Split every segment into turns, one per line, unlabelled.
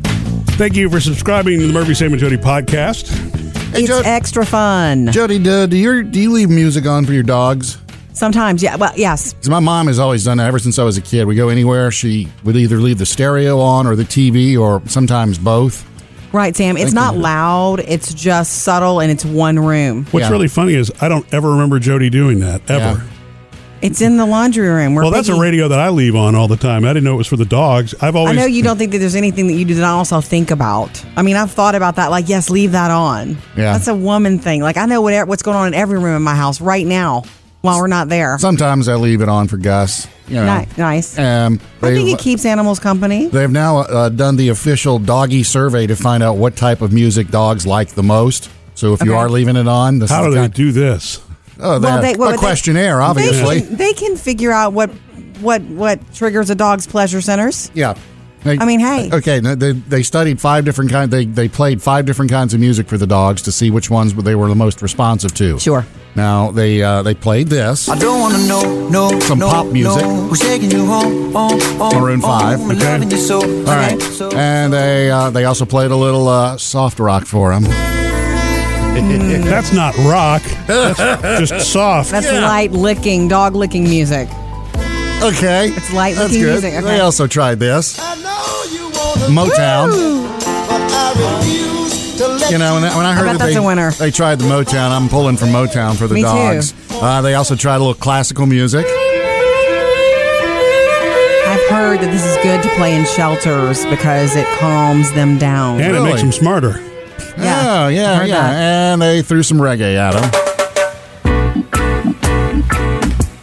Thank you for subscribing to the Murphy, Sam, and Jody podcast.
Hey,
it's
Jo-
extra fun.
Jody, do, do your do you leave music on for your dogs?
Sometimes, yeah. Well, yes.
'Cause my mom has always done that ever since I was a kid. We go anywhere, she would either leave the stereo on or the TV, or sometimes both.
Right, Sam. It's
Thank
not
you.
loud. It's just subtle, and it's one room.
What's
Yeah.
really funny is I don't ever remember Jody doing that ever.
Yeah.
It's in the laundry room. We're
Well, that's a
picky.
radio that I leave on all the time. I didn't know it was for the dogs. I've
I
always
know you don't think that there's anything that you did not also think about. I mean, I've thought about that. Like, yes, leave that on.
Yeah.
that's a woman thing. Like, I know what what's going on in every room in my house right now while we're not there.
Sometimes I leave it on for Gus. You know.
Ni- nice.
Um,
I think
they-
it keeps animals company.
They've now uh, done the official doggy survey to find out what type of music dogs like the most. So if you
Okay.
are leaving it on, this
How
is
do
the
they
kind-
do this?
Oh, they have
what
a
would
questionnaire,
they
obviously.
can, they can figure out what what what triggers a dog's pleasure centers.
yeah. They-
I mean, hey.
Okay, no, they, they studied five different kinds. They, they played five different kinds of music for the dogs to see which ones they were the most responsive to.
Sure.
Now they uh, they played this.
I don't wanna know, no,
Some
no,
pop music.
No, who's taking you home, oh, oh,
Maroon
oh,
five,
I'm
okay.
loving you so, okay.
All right,
So,
and they uh, they also played a little uh, soft rock for them.
That's not rock. That's just soft.
That's light licking, dog licking music.
Okay,
It's light
That's
looking
good.
music, okay.
They also tried this
I know you wanna,
Motown.
but I refuse to let
You know, when I, when I heard
bet
that
that's
they,
a winner.
they tried the Motown, I'm pulling for Motown for the
Me too.
dogs. Uh, they also tried a little classical music.
I've heard that this is good to play in shelters because it calms them down.
and it
Really?
makes them smarter.
Yeah, yeah,
I
yeah.
heard that.
And they threw some reggae at them.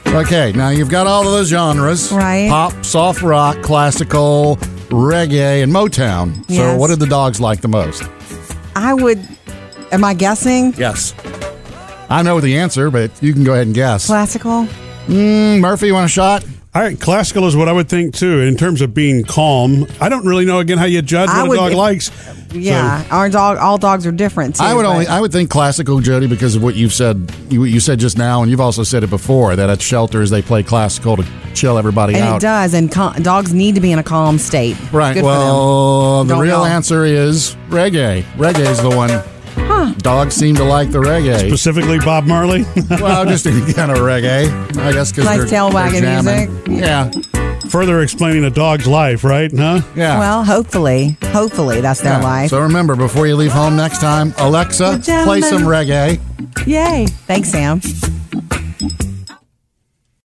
Okay, now you've got all of those genres
Right.
pop, soft rock, classical, reggae, and Motown. So,
Yes.
what did the dogs like the most?
I would. Am I guessing?
Yes. I know the answer, but you can go ahead and guess.
Classical.
Mm, Murphy, you want a shot?
All right, classical is what I would think too. In terms of being calm, I don't really know again how you judge
I
what
would-
a dog likes.
Yeah, our dog. All dogs are different. too,
I would only
but-
I would think classical, Jody, because of what you've said. You, you said just now, and you've also said it before that at shelters they play classical to chill everybody
and it
out.
does. And cal- dogs need to be in a calm state.
Right.
Good for
well, the
Don't
real
know.
answer is reggae. Reggae is the one. Dogs seem to like the
So,
reggae.
specifically, Bob Marley.
well, just any kind of reggae, I guess. Because
Nice tail wagging music.
Yeah,
Further explaining a dog's life, right? Huh?
yeah.
them. Well, hopefully, hopefully that's their
Yeah.
life.
So remember, before you leave home next time, Alexa, play some
Gentlemen.
reggae.
Yay! Thanks, Sam.